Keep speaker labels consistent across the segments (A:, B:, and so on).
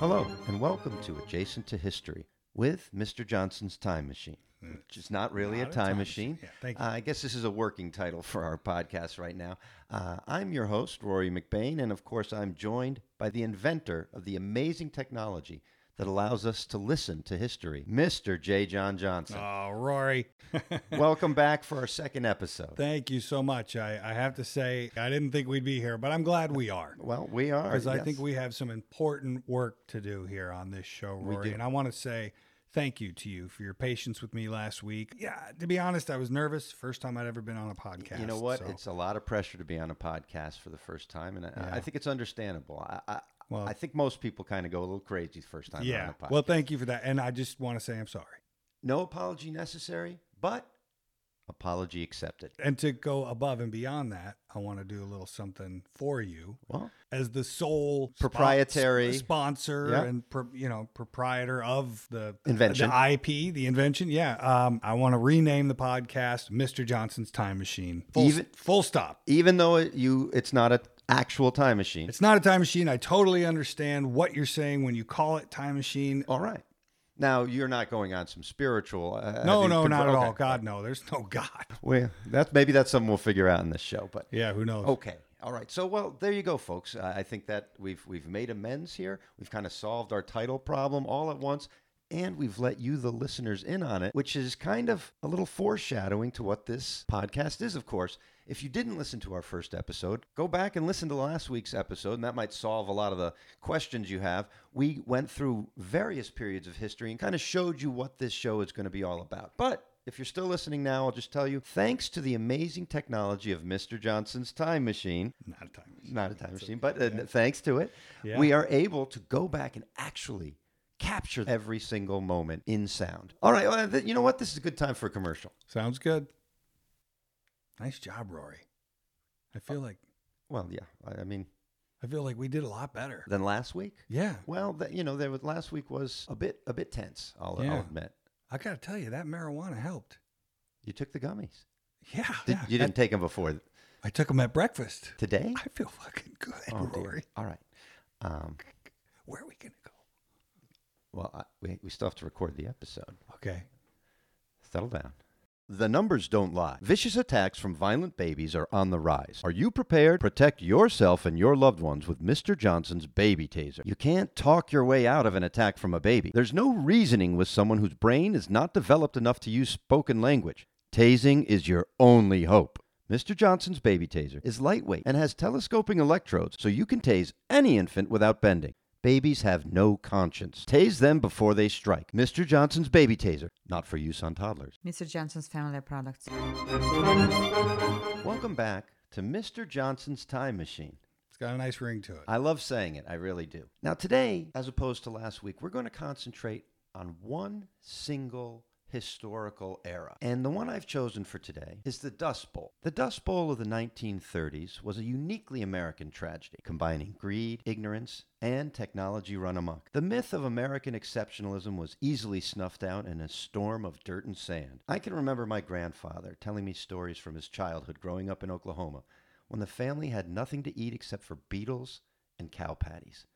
A: Hello, and welcome to Adjacent to History with Mr. Johnson's Time Machine, which is not really
B: Not
A: a time machine.
B: Yeah, thank you.
A: Uh, I guess this is a working title for our podcast right now. Uh, I'm your host, Rory McBain, and of course, I'm joined by the inventor of the amazing technology that allows us to listen to history, Mr. J. John Johnson.
B: oh, Rory, Oh.
A: welcome back for our second episode.
B: thank you so much. I, I have to say, I didn't think we'd be here, but I'm glad we are.
A: well, we are.
B: Because I
A: yes.
B: think we have some important work to do here on this show, Rory.
A: do.
B: And I want to say thank you to you for your patience with me last week. Yeah, to be honest, I was nervous. First time I'd ever been on a podcast.
A: You know what?
B: so-
A: It's a lot of pressure to be on a podcast for the first time, and I, I think it's understandable. I, I,
B: Well-
A: I think most people kind of go a little crazy the first time they're
B: yeah.
A: on a podcast.
B: Well, thank you for that. And I just want to say I'm sorry.
A: no apology necessary, but apology accepted.
B: And to go above and beyond that, I want to do a little something for you.
A: Well,
B: as the sole spon-
A: Proprietary.
B: sp- sponsor
A: Yeah.
B: and pro- you know proprietor of the
A: Invention.
B: the IP, the invention. Yeah, um, I want to rename the podcast "Mr. Johnson's Time Machine." Full,
A: Even-
B: full stop.
A: even though it, you, it's not an actual time machine.
B: It's not a time machine. I totally understand what you're saying when you call it time machine.
A: all right. Now you're not going on some spiritual. Uh, have
B: no,
A: you
B: no,
A: conver-
B: not at
A: okay.
B: all. God, no. There's no God.
A: Well, that's maybe that's something we'll figure out in this show, but.
B: Yeah, who knows?
A: Okay. All right. So well, there you go, folks. Uh, I I think that we've we've made amends here. We've kind of solved our title problem all at once, and we've let you, the listeners, in on it, which is kind of a little foreshadowing to what this podcast is. Of course, if you didn't listen to our first episode, go back and listen to last week's episode, and that might solve a lot of the questions you have. We went through various periods of history and kind of showed you what this show is going to be all about, but. If you're still listening now, I'll just tell you thanks to the amazing technology of Mr. Johnson's time machine,
B: Not a time machine.
A: not a time machine, but uh, thanks to it,
B: Yeah.
A: we are able to go back and actually capture every single moment in sound. All right, well, th- you know what? This is a good time for a commercial.
B: Sounds good. Nice job, Rory. I feel like
A: Well, yeah, I, I mean,
B: I feel like we did a lot better.
A: than last week.
B: Yeah.
A: Well, that you know, there was, last week was a bit a bit tense. I'll, I'll
B: Yeah.
A: admit.
B: I gotta tell you, that marijuana helped.
A: You took the gummies.
B: Yeah,
A: Did,
B: yeah.
A: You didn't take them before
B: I, I took them at breakfast.
A: today. Oh,
B: I feel fucking good,
A: dear.
B: Rory.
A: All right. Um,
B: Where are we gonna go?
A: well, I, we, we still have to record the episode.
B: Okay.
A: Settle down. The numbers don't lie. Vicious attacks from violent babies are on the rise. Are you prepared? Protect yourself and your loved ones with Mr. Johnson's baby taser. You can't talk your way out of an attack from a baby. There's no reasoning with someone whose brain is not developed enough to use spoken language. Tasing is your only hope. Mr. Johnson's baby taser is lightweight and has telescoping electrodes so you can tase any infant without bending. Babies have no conscience. Tase them before they strike. Mr. Johnson's baby taser, not for use on toddlers.
C: Mr. Johnson's family products.
A: Welcome back to Mr. Johnson's Time Machine.
B: It's got a nice ring to it.
A: I love saying it, I really do. Now, today, as opposed to last week, we're going to concentrate on one single historical era. And the one I've chosen for today is the Dust Bowl. The Dust Bowl of the 1930s was a uniquely American tragedy, combining greed, ignorance, and technology run amok. The myth of American exceptionalism was easily snuffed out in a storm of dirt and sand. I can remember my grandfather telling me stories from his childhood growing up in Oklahoma when the family had nothing to eat except for beetles and cow patties.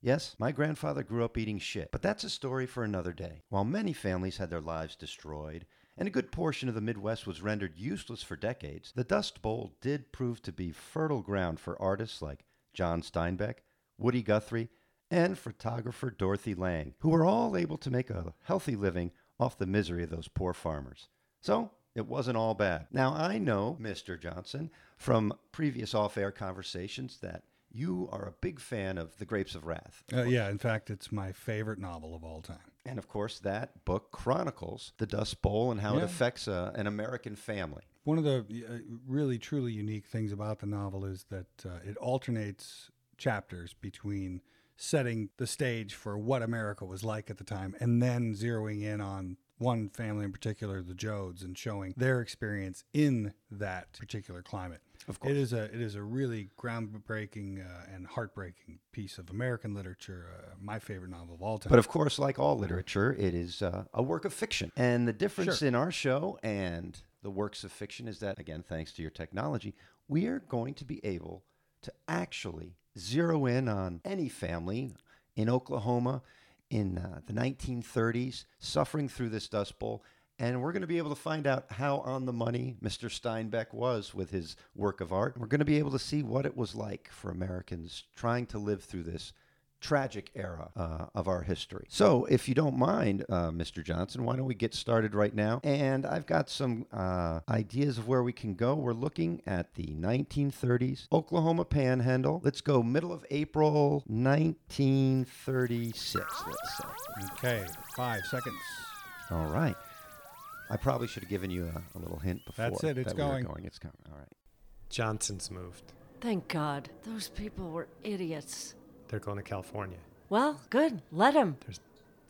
A: Yes, my grandfather grew up eating shit, but that's a story for another day. While many families had their lives destroyed, and a good portion of the Midwest was rendered useless for decades, the Dust Bowl did prove to be fertile ground for artists like John Steinbeck, Woody Guthrie, and photographer Dorothy Lang, who were all able to make a healthy living off the misery of those poor farmers. So it wasn't all bad. Now, I know, Mr. Johnson, from previous off air conversations that you are a big fan of The Grapes of Wrath.
B: Uh, yeah, in fact, it's my favorite novel of all time.
A: And of course, that book chronicles the Dust Bowl and how it
B: Yeah.
A: affects uh, an American family.
B: One of the uh, really truly unique things about the novel is that uh, it alternates chapters between setting the stage for what America was like at the time and then zeroing in on one family in particular, the Jodes, and showing their experience in that particular climate.
A: Of
B: It is a it is a really groundbreaking uh, and heartbreaking piece of American literature. Uh, my favorite novel of all time.
A: But of course, like all literature, it is uh, a work of fiction. And the difference
B: Sure.
A: in our show and the works of fiction is that, again, thanks to your technology, we are going to be able to actually zero in on any family in Oklahoma in uh, the 1930s, suffering through this Dust Bowl. And we're going to be able to find out how on the money Mr. Steinbeck was with his work of art. We're going to be able to see what it was like for Americans trying to live through this tragic era uh, of our history. So, if you don't mind, uh, Mr. Johnson, why don't we get started right now? And I've got some uh, ideas of where we can go. We're looking at the 1930s, Oklahoma Panhandle. Let's go middle of April 1936, let's say.
B: Okay, five seconds.
A: All right. I probably should have given you a, a little hint before.
B: That's it, it's
A: that we were
B: going.
A: going. It's going. All right.
D: Johnson's moved.
E: Thank God. Those people were idiots.
D: They're going to California.
E: Well, good. Let him.
D: There's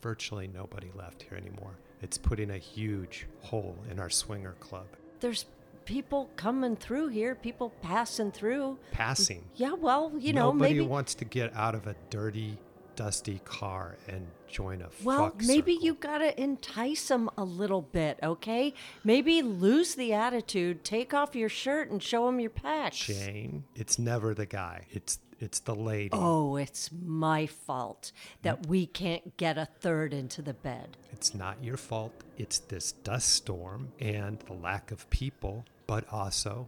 D: virtually nobody left here anymore. It's putting a huge hole in our swinger club.
E: There's people coming through here, people passing through.
D: Passing.
E: Yeah, well, you know,
D: nobody
E: maybe.
D: wants to get out of a dirty, dusty car and join a
E: well,
D: fuck
E: maybe
D: circle.
E: you gotta entice them a little bit, okay? Maybe lose the attitude, take off your shirt, and show them your patch.
D: Jane. It's never the guy. It's it's the lady.
E: Oh, it's my fault
D: Mm.
E: that we can't get a third into the bed.
D: It's not your fault. It's this dust storm and the lack of people, but also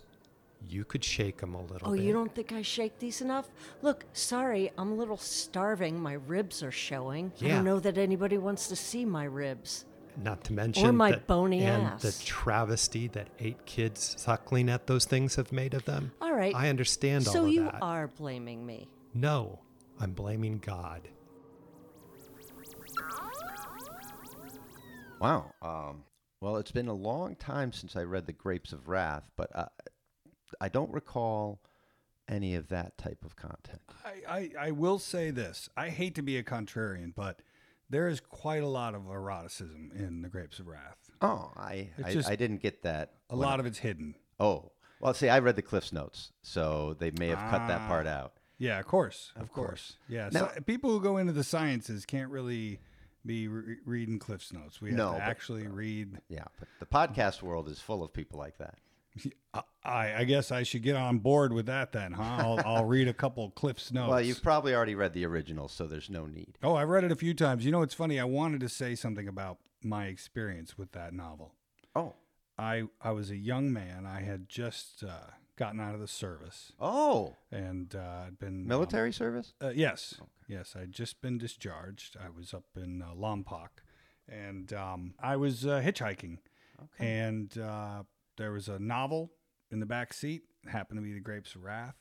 D: you could shake them a little
E: Oh,
D: bit.
E: you don't think I shake these enough? Look, sorry, I'm a little starving. My ribs are showing. I
D: Yeah.
E: don't know that anybody wants to see my ribs.
D: Not to mention
E: my
D: the-
E: bony
D: and
E: ass.
D: the travesty that eight kids suckling at those things have made of them.
E: All right.
D: I understand
E: so
D: all of
E: you
D: that.
E: are blaming me.
D: No, I'm blaming God.
A: Wow. Um, well, it's been a long time since I read The Grapes of Wrath, but uh, I don't recall any of that type of content.
B: I, I, I will say this. I hate to be a contrarian, but there is quite a lot of eroticism in The Grapes of Wrath.
A: Oh, I
B: It's
A: I,
B: just-
A: I didn't get that.
B: A lot of it's hidden.
A: Oh, well, see, I read the Cliff's Notes, so they may have cut that
B: Ah.
A: part out.
B: Yeah, of course.
A: Of
B: Of,
A: course.
B: course. Yeah.
A: Now-
B: so people who go into the sciences can't really be re- reading Cliff's Notes. We have
A: No,
B: to
A: but-
B: actually read.
A: Yeah, but the podcast world is full of people like that.
B: I, I guess I should get on board with that then, huh? I'll, I'll read a couple Cliff's Notes.
A: Well, you've probably already read the original, so there's no need.
B: Oh, I've read it a few times. You know, it's funny. I wanted to say something about my experience with that novel.
A: Oh,
B: I I was a young man. I had just uh, gotten out of the service
A: oh,
B: and uh, had been um,
A: military service.
B: uh, yes, yes. I'd just been discharged. I was up in uh, Lompoc, and um, I was uh, hitchhiking,
A: Okay.
B: and uh, there was a novel in the back seat. It happened to be *The Grapes of Wrath*.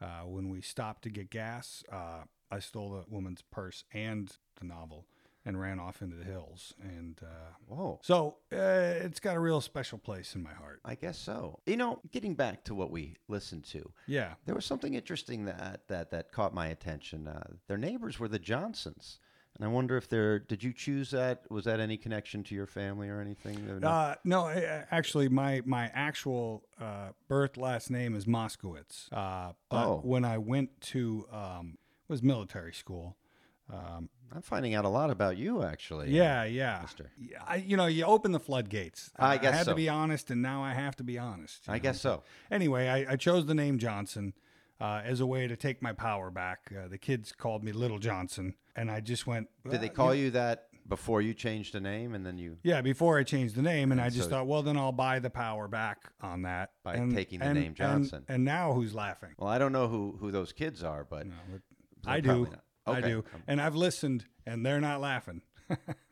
B: Uh, when we stopped to get gas, uh, I stole a woman's purse and the novel, and ran off into the hills. And uh,
A: Whoa.
B: so uh, it's got a real special place in my heart.
A: I guess so. You know, getting back to what we listened to,
B: Yeah.
A: there was something interesting that that that caught my attention. Uh, their neighbors were the Johnsons, and I wonder if they're. Did you choose that? Was that any connection to your family or anything? Or no?
B: Uh, no, I- I- actually, my my actual uh, birth last name is Moskowitz. Uh, but
A: Oh.
B: when I went to um, was military school. Um,
A: I'm finding out a lot about you, actually.
B: yeah, yeah.
A: Mister.
B: Yeah, I, you know, you open the floodgates.
A: I guess
B: I had
A: so.
B: to be honest, and now I have to be honest. you
A: I
B: know?
A: guess so.
B: Anyway, I, I chose the name Johnson uh, as a way to take my power back. Uh, the kids called me Little Johnson, and I just went. "Uh,
A: Did they
B: "Well,
A: call you that before you changed the name and then you
B: Yeah, before I changed the name, and, I just
A: so-
B: thought, well, then I'll buy the power back on that
A: By
B: And-
A: taking the
B: and-
A: name Johnson.
B: And, and now who's laughing?
A: Well, I don't know who who those kids are, but
B: No, but
A: They're
B: I
A: probably
B: do.
A: not.
B: I
A: Okay. Um,
B: do. And I've listened, and they're not laughing.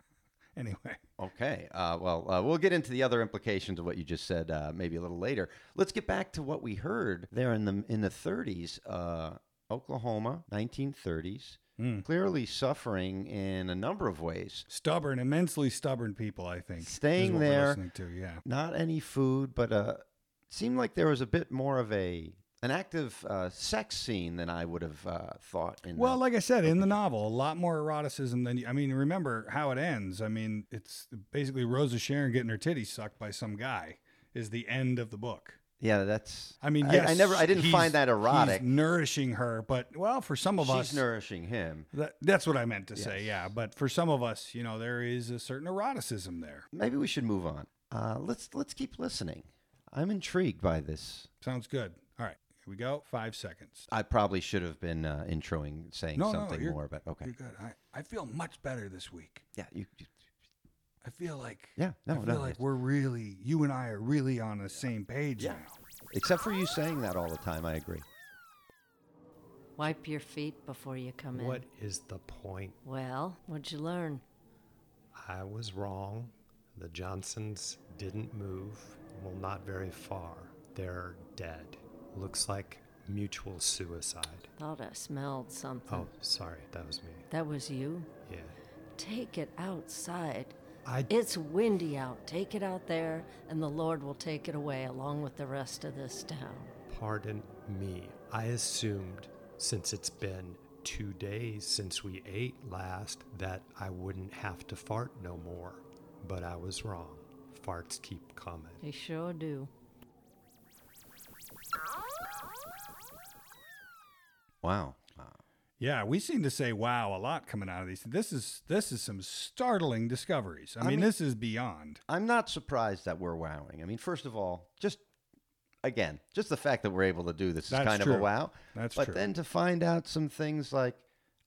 B: anyway,
A: okay. Uh, well, uh, we'll get into the other implications of what you just said uh, maybe a little later. Let's get back to what we heard there in the in the 30s, uh, Oklahoma, 1930s,
B: Mm.
A: clearly suffering in a number of ways.
B: stubborn, immensely stubborn people. I think is
A: Staying
B: what we're
A: there-
B: listening to yeah.
A: Not any food, but uh, seemed like there was a bit more of a an active uh, sex scene than I would have uh, thought. In
B: Well,
A: the-
B: like I said, in the novel, a lot more eroticism than you, I mean. Remember how it ends? I mean, it's basically Rosa Sharon getting her titties sucked by some guy is the end of the book.
A: yeah, that's.
B: I mean, yes,
A: I, never, I didn't
B: he's-
A: find that erotic.
B: He's nourishing her, but well, for some of
A: She's
B: us,
A: nourishing him.
B: that, that's what I meant to say.
A: Yes.
B: Yeah, but for some of us, you know, there is a certain eroticism there.
A: Maybe we should move on. Uh, let's let's keep listening. I'm intrigued by this.
B: Sounds good. All right, here we go. Five seconds.
A: I probably should have been uh, introing saying
B: No, no,
A: something
B: you're-
A: more, but okay.
B: You're good. I, I feel much better this week.
A: yeah, you, you-
B: I feel like
A: Yeah, no,
B: I feel
A: no,
B: like
A: it's-
B: we're really you and I are really on the same page
A: Yeah.
B: now.
A: except for you saying that all the time, I agree.
E: Wipe your feet before you come in.
D: What is the point?
E: Well, what'd you learn?
D: I was wrong. The Johnsons didn't move, well, not very far. They're dead. Looks like mutual suicide.
E: Thought I smelled something.
D: Oh, sorry, that was me.
E: That was you?
D: Yeah.
E: Take it outside.
D: I
E: It's windy out. Take it out there, and the Lord will take it away along with the rest of this town.
D: pardon me. I assumed since it's been two days since we ate last that I wouldn't have to fart no more. But I was wrong. Farts keep coming.
E: They sure do.
A: Wow. wow.
B: Yeah, we seem to say wow a lot coming out of these. This is this is some startling discoveries. I, mean,
A: mean-
B: this is beyond.
A: I'm not surprised that we're wowing. I mean, first of all, just again, just the fact that we're able to do this is
B: That's
A: kind of
B: true.
A: a wow.
B: That's
A: but
B: true.
A: then to find out some things like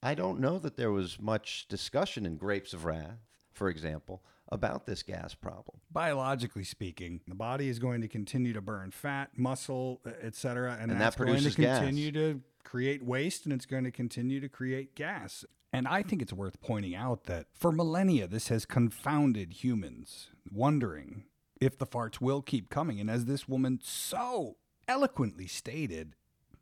A: I don't know that there was much discussion in Grapes of Wrath, for example, about this gas problem.
B: Biologically speaking, the body is going to continue to burn fat, muscle, etc., and,
A: And that
B: that's going to
A: produces gas.
B: continue to create waste, and it's going to continue to create gas. And I think it's worth pointing out that for millennia, this has confounded humans, wondering if the farts will keep coming. And as this woman so eloquently stated,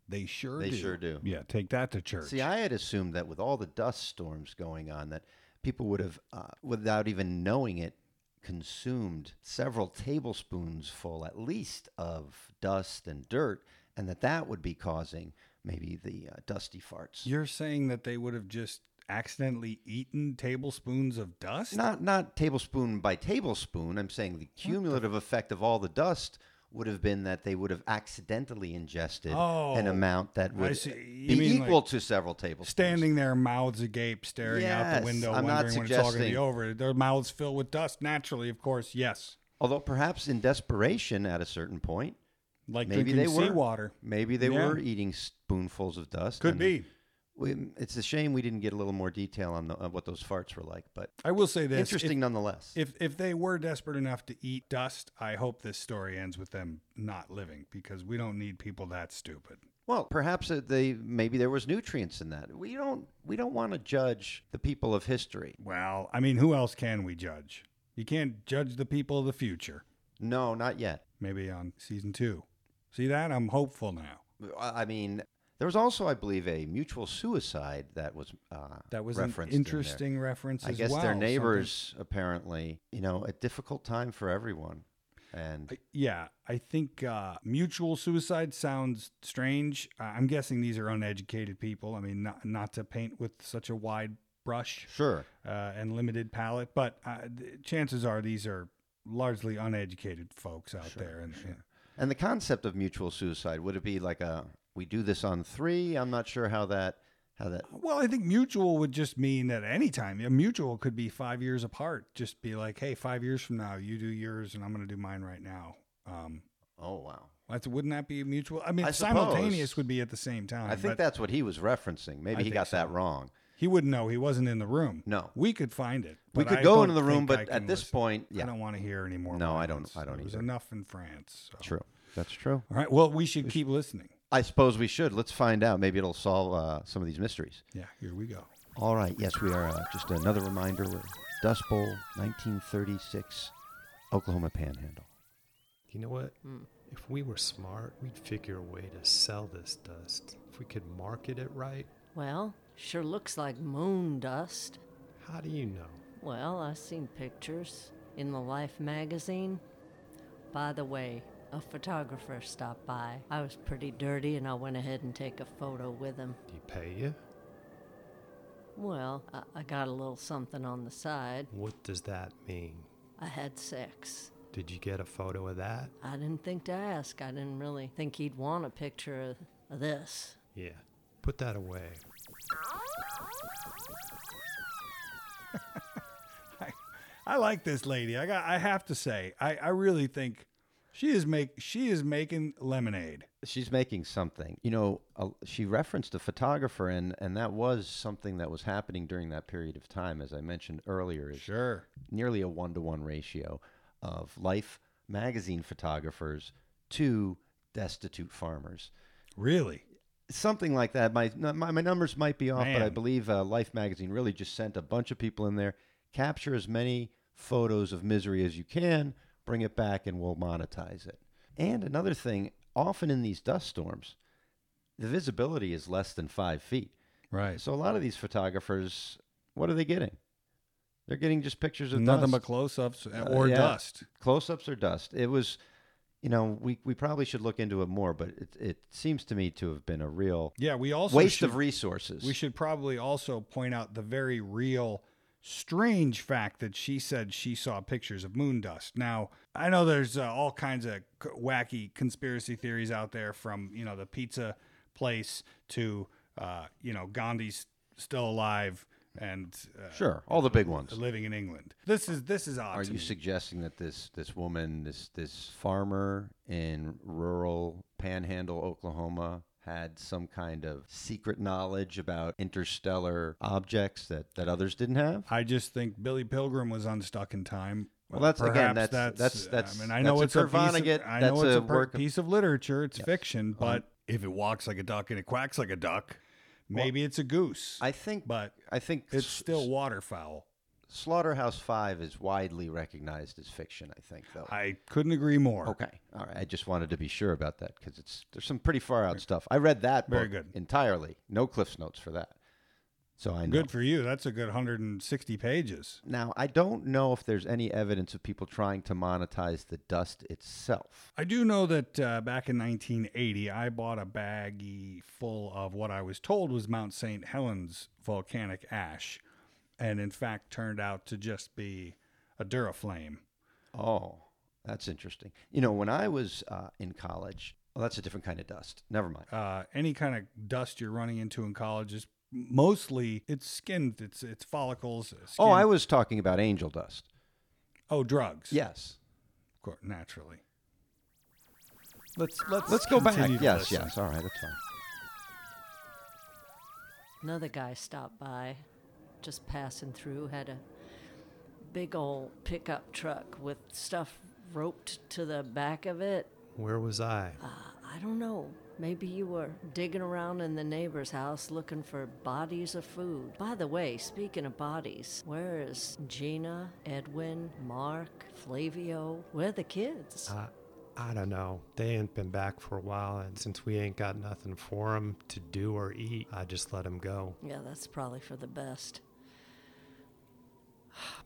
B: they sure
A: They
B: do.
A: sure do.
B: Yeah, take that to church.
A: See, I had assumed that with all the dust storms going on, that people would have, uh, without even knowing it, consumed several tablespoons full at least of dust and dirt, and that that would be causing maybe the uh, dusty farts.
B: You're saying that they would have just accidentally eaten tablespoons of dust?
A: not not tablespoon by tablespoon. I'm saying the cumulative effect of all the dust would have been that they would have accidentally ingested an
B: Oh,
A: amount that
B: I
A: would
B: see. You
A: be
B: mean,
A: equal
B: like,
A: to several tablespoons.
B: Standing there, mouths agape, staring out
A: Yes,
B: the window,
A: I'm not
B: wondering when it's all going to be
A: suggesting-
B: over. Their mouths fill with dust naturally, of course. Yes,
A: Although perhaps in desperation at a certain point,
B: like
A: maybe they
B: drinking
A: were
B: seawater.
A: Maybe they
B: Yeah.
A: were eating spoonfuls of dust.
B: Could
A: and
B: be.
A: we- it's a shame we didn't get a little more detail on, the, on what those farts were like, but
B: I will say this: if-
A: interesting nonetheless.
B: If if they were desperate enough to eat dust, I hope this story ends with them not living because we don't need people that stupid.
A: Well, perhaps uh, they maybe there was nutrients in that. We don't we don't want to judge the people of history.
B: Well, I mean, who else can we judge? You can't judge the people of the future.
A: No, not yet.
B: Maybe on season two. See that? I'm hopeful now.
A: I I mean, there was also, I believe, a mutual suicide that was uh,
B: That was an
A: referenced in there.
B: interesting reference.
A: I
B: as
A: guess
B: well,
A: their
B: something-
A: neighbors apparently, you know, a difficult time for everyone, and
B: I- yeah, I think uh, mutual suicide sounds strange. Uh, I'm guessing these are uneducated people. I mean, not not to paint with such a wide brush
A: sure,
B: uh, and limited palette, but uh, th- chances are these are largely uneducated folks out there. And, and-
A: and the concept of mutual suicide would it be like a we do this on three? I'm not sure how that how that
B: well, I think mutual would just mean that any time a mutual could be five years apart. Just be like, hey, five years from now, you do yours, and I'm going to do mine right now. Um,
A: oh wow.
B: That's, wouldn't that be mutual? I mean,
A: I
B: simultaneous
A: suppose.
B: would be at the same time.
A: I think
B: but
A: that's what he was referencing. Maybe
B: I
A: he
B: think
A: got
B: so.
A: that wrong.
B: he wouldn't know. He wasn't in the room.
A: No.
B: we could find it.
A: We
B: but
A: could
B: I
A: go
B: don't
A: into the room,
B: think I
A: but
B: can
A: at this
B: listen.
A: point, yeah,
B: I don't want to hear any more.
A: No, I
B: violence.
A: don't- I don't
B: There was
A: either.
B: enough in France. so.
A: true. That's true.
B: All right. Well, we should keep listening.
A: I suppose we should. Let's find out. Maybe it'll solve uh, some of these mysteries.
B: Yeah, here we go.
A: All right. Yes, we are. Uh, just another reminder we're Dust Bowl 1936, Oklahoma Panhandle.
D: You know what?
E: Mm.
D: If we were smart, we'd figure a way to sell this dust. If we could market it right,
E: Well, sure looks like moon dust.
D: how do you know?
E: Well, i seen pictures in the Life magazine. By the way, a photographer stopped by. I was pretty dirty and I went ahead and take a photo with him.
D: Did he pay you?
E: Well, I, I got a little something on the side.
D: What does that mean?
E: I had sex.
D: Did you get a photo of that?
E: I didn't think to ask. I didn't really think he'd want a picture of, of this.
D: Yeah. Put that away.
B: I, I like this lady. I got. I have to say, I, I really think She is make she is making lemonade.
A: She's making something. You know, uh, she referenced a photographer, and and that was something that was happening during that period of time, as I mentioned earlier. Is
B: Sure.
A: nearly a one to one ratio of Life magazine photographers to destitute farmers.
B: Really?
A: Something like that. My my, my numbers might be off, but I
B: Man.
A: believe uh, Life magazine really just sent a bunch of people in there. Capture as many photos of misery as you can, bring it back, and we'll monetize it. And another thing, often in these dust storms, the visibility is less than five feet.
B: Right.
A: So a lot of these photographers, what are they getting? They're getting just pictures of
B: Nothing
A: dust
B: but close ups or
A: Uh, yeah.
B: dust.
A: close-ups or dust it was you know we, we probably should look into it more but it, it seems to me to have been a real
B: Yeah, we also
A: waste
B: should,
A: of resources
B: we should probably also point out the very real strange fact that she said she saw pictures of moon dust. Now, I know there's uh, all kinds of c- wacky conspiracy theories out there from, you know, the pizza place to uh, you know, Gandhi's still alive and uh,
A: sure all the big ones
B: living in England. This is this is odd.
A: are
B: to
A: you
B: me.
A: suggesting that this this woman this this farmer in rural panhandle oklahoma had some kind of secret knowledge about interstellar objects that that others didn't have
B: I just think Billy Pilgrim was unstuck in time.
A: Well, that's- again,
B: Perhaps uh,
A: that's- that's- that's-
B: I mean, I
A: that's
B: know
A: a
B: it's a
A: Kurt
B: piece of,
A: Vonnegut,
B: I
A: that's
B: know it's
A: a
B: a, per-
A: work of- Uh-huh.
B: piece of literature. It's fiction, but if it walks like a duck and it quacks like a duck, maybe it's a goose.
A: i think
B: but
A: i think
B: it's
A: S-
B: still waterfowl.
A: slaughterhouse 5 is widely recognized as fiction i think though
B: I couldn't agree more.
A: Okay. All right. I just wanted to be sure about that because it's there's some pretty far out stuff. I read that
B: Very
A: book
B: good.
A: entirely. No Cliff's notes for that. So I know.
B: Good for you. That's a good 160 pages.
A: Now I don't know if there's any evidence of people trying to monetize the dust itself.
B: I do know that uh, back in 1980, I bought a baggie full of what I was told was Mount St. Helens volcanic ash, and in fact turned out to just be a Duraflame.
A: Oh, that's interesting. You know, when I was uh, in college, well, that's a different kind of dust. Never mind.
B: Uh, any kind of dust you're running into in college is mostly it's skin, it's it's follicles. uh, Skin.
A: Oh, I was talking about angel dust.
B: oh drugs.
A: Yes.
B: of course, naturally.
A: Let's let's let's go back.
B: continue to
A: Yes.
B: listen.
A: Yes. All right. That's fine.
E: Another guy stopped by, just passing through, had a big old pickup truck with stuff roped to the back of it. Uh,
D: Where was I?
E: I don't know. Maybe you were digging around in the neighbor's house looking for bodies of food. By the way, speaking of bodies, where is Gina, Edwin, Mark, Flavio? Where are the kids?
D: I, I don't know. They ain't been back for a while, and since we ain't got nothing for 'em to do or eat, I just let 'em go.
E: Yeah, that's probably for the best.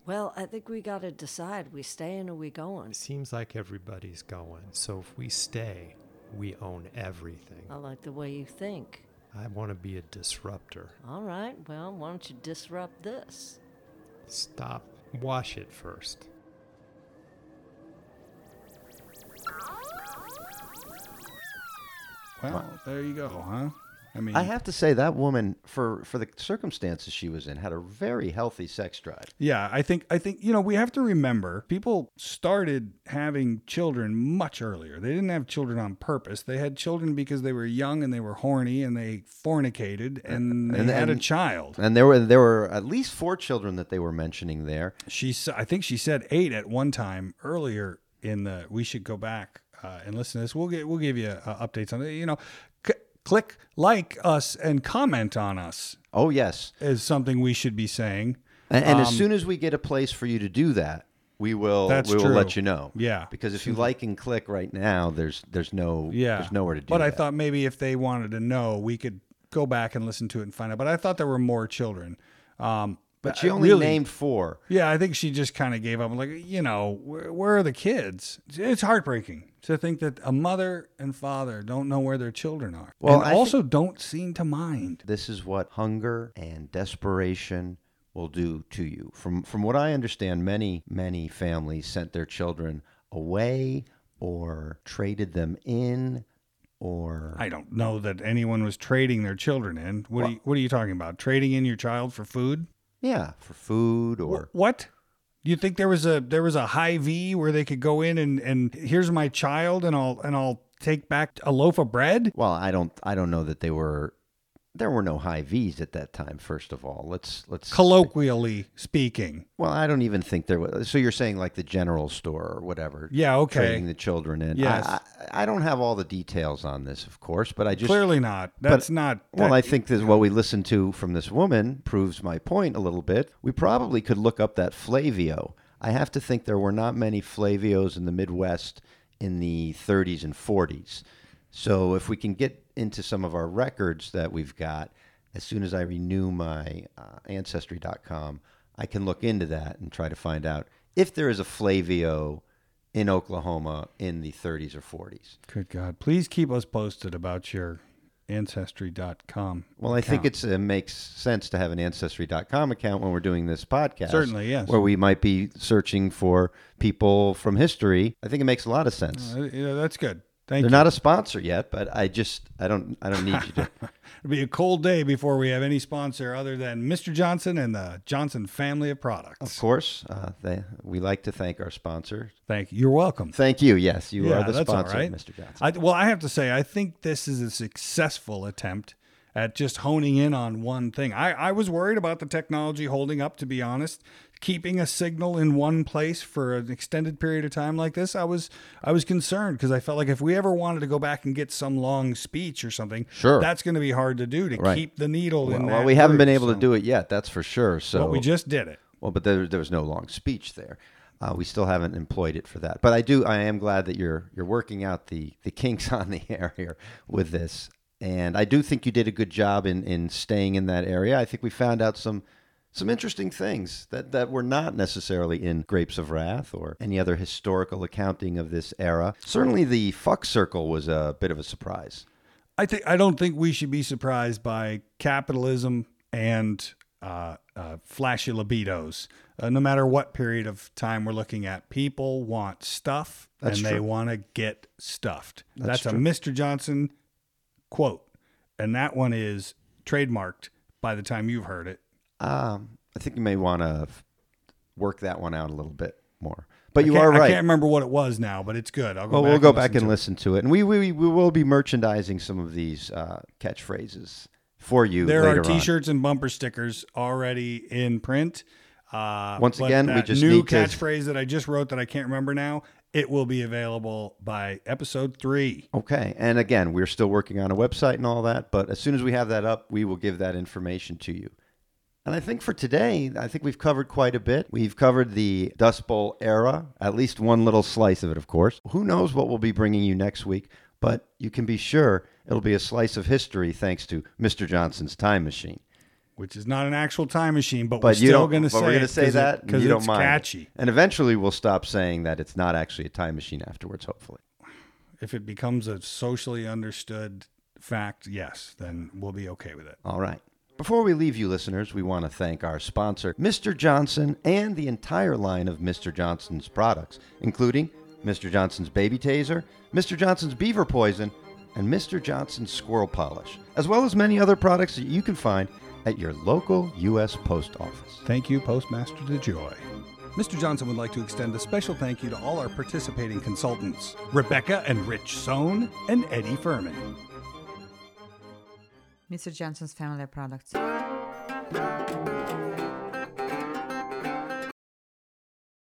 E: Well, I think we got to decide we staying or we going.
D: It seems like everybody's going, so if we stay, we own everything.
E: I like the way you think.
D: I want to be a disruptor.
E: All right, well, why don't you disrupt this?
D: Stop. Wash it first.
B: Well, there you go, huh? I mean,
A: I have to say that woman, for for the circumstances she was in, had a very healthy sex drive.
B: Yeah, I think I think you know we have to remember people started having children much earlier. They didn't have children on purpose. They had children because they were young and they were horny and they fornicated and they
A: Uh, And-
B: had a
A: and-
B: child.
A: And there were there were at least four children that they were mentioning there.
B: She s- I think she said 8 at one time earlier in the we should go back uh, and listen to this. We'll get we'll give you uh, updates on it. You know, c- click like us and comment on us
A: Oh yes,
B: is something we should be saying.
A: and, and as soon as we get a place for you to do that, we will
B: Um, That's
A: we will let you
B: true.
A: know.
B: Yeah.
A: because if you like and click right now, there's there's no
B: Yeah.
A: there's nowhere to do.
B: But I
A: that.
B: thought maybe if they wanted to know, we could go back and listen to it and find out. But I thought there were more children. Um,
A: but
B: but
A: she
B: I
A: only
B: really-
A: named four.
B: Yeah, I think she just kind of gave up. I'm like, you know, where, where are the kids? It's heartbreaking to think that a mother and father don't know where their children are.
A: Well,
B: Well, and
A: I
B: also don't seem to mind.
A: This is what hunger and desperation will do to you. From from what I understand, many many families sent their children away or traded them in or
B: I don't know that anyone was trading their children in. What, are, you, what are you talking about? Trading in your child for food?
A: yeah for food or
B: Wh- what? You think there was a there was a high V where they could go in and and here's my child and I'll and I'll take back a loaf of bread?
A: Well, I don't I don't know that they were there were no high V's at that time, first of all. Let's let's
B: Colloquially speaking.
A: Well, I don't even think there was so you're saying like the general store or whatever.
B: Yeah, okay.
A: Trading the children in. I-
B: Yes.
A: I, I don't have all the details on this, of course, but I just
B: Clearly not. That's not
A: Well,
B: that-
A: I think that what we listened to from this woman proves my point a little bit. We probably could look up that Flavio. I have to think there were not many Flavios in the Midwest in the 30s and 40s. So if we can get into some of our records that we've got, as soon as I renew my uh, Ancestry.com, I can look into that and try to find out if there is a Flavio in Oklahoma in the 30s or 40s.
B: Good God. Please keep us posted about your ancestry.com.
A: Well, I think it's, it makes sense to have an Ancestry.com account when we're doing this podcast.
B: Certainly, yes.
A: Where we might be searching for people from history. I think it makes a lot of sense.
B: Uh, yeah, that's good. Thank
A: They're
B: you.
A: not a sponsor yet, but I just I don't I don't need you to.
B: It'll be a cold day before we have any sponsor other than Mr. Johnson and the Johnson family of products.
A: Of course, uh, they, we like to thank our sponsor.
B: Thank you. You're welcome.
A: Thank you. Yes, you
B: Yeah,
A: are the
B: that's all
A: sponsor,
B: right.
A: Mr. Johnson.
B: I, well, I have to say, I think this is a successful attempt at just honing in on one thing. I, I was worried about the technology holding up, to be honest. Keeping a signal in one place for an extended period of time like this, I was I was concerned because I felt like if we ever wanted to go back and get some long speech or something,
A: Sure.
B: that's going to be hard to do to
A: Right.
B: keep the needle
A: well,
B: in.
A: well,
B: that
A: we haven't been
B: groove,
A: able
B: so-
A: to do it yet. That's for sure. So
B: But we just did it.
A: Well, but there, there was no long speech there. Uh, we still haven't employed it for that. But I do. I am glad that you're you're working out the the kinks on the air here with this. And I do think you did a good job in in staying in that area. I think we found out some some interesting things that that were not necessarily in Grapes of Wrath or any other historical accounting of this era. Certainly, the fuck circle was a bit of a surprise.
B: I think I don't think we should be surprised by capitalism and uh, uh, flashy libidos. Uh, no matter what period of time we're looking at, people want stuff
A: That's
B: and they
A: true.
B: want to get stuffed.
A: That's
B: That's, a
A: true.
B: Mr. Johnson quote, and that one is trademarked by the time you've heard it.
A: Um, I think you may want to work that one out a little bit more. But
B: I
A: you
B: can't-
A: are
B: I
A: right.
B: can't remember what it was now, but it's good. I'll go
A: Well,
B: back
A: we'll go back and
B: to it.
A: listen to it, and we, we we will be merchandising some of these uh, catchphrases for you.
B: There
A: later
B: are
A: on.
B: T-shirts and bumper stickers already in print. Uh,
A: Once
B: but
A: again, we
B: that
A: just
B: new
A: need to-
B: catchphrase that I just wrote that I can't remember now. It will be available by episode three.
A: Okay, and again, we're still working on a website and all that, but as soon as we have that up, we will give that information to you. And I think for today, I think we've covered quite a bit. We've covered the Dust Bowl era, at least one little slice of it, of course. Who knows what we'll be bringing you next week, but you can be sure it'll be a slice of history thanks to Mr. Johnson's time machine.
B: Which is not an actual time machine, but, we're
A: but you
B: still
A: don't.
B: going to
A: but
B: say
A: we're
B: it
A: gonna say
B: 'cause it-
A: that because
B: 'cause
A: you don't
B: it's
A: mind. it.
B: catchy.
A: And eventually, we'll stop saying that it's not actually a time machine afterwards. Hopefully,
B: If it becomes a socially understood fact, yes, then we'll be okay with it.
A: all right. Before we leave you, listeners, we want to thank our sponsor, Mr. Johnson, and the entire line of Mr. Johnson's products, including Mr. Johnson's Baby Taser, Mr. Johnson's Beaver Poison, and Mr. Johnson's Squirrel Polish, as well as many other products that you can find at your local U.S. Post Office.
B: Thank you, Postmaster DeJoy. Mr. Johnson would like to extend a special thank you to all our participating consultants, Rebecca and Rich Sohn, and Eddie Furman.
C: Mr. Johnson's Family Products.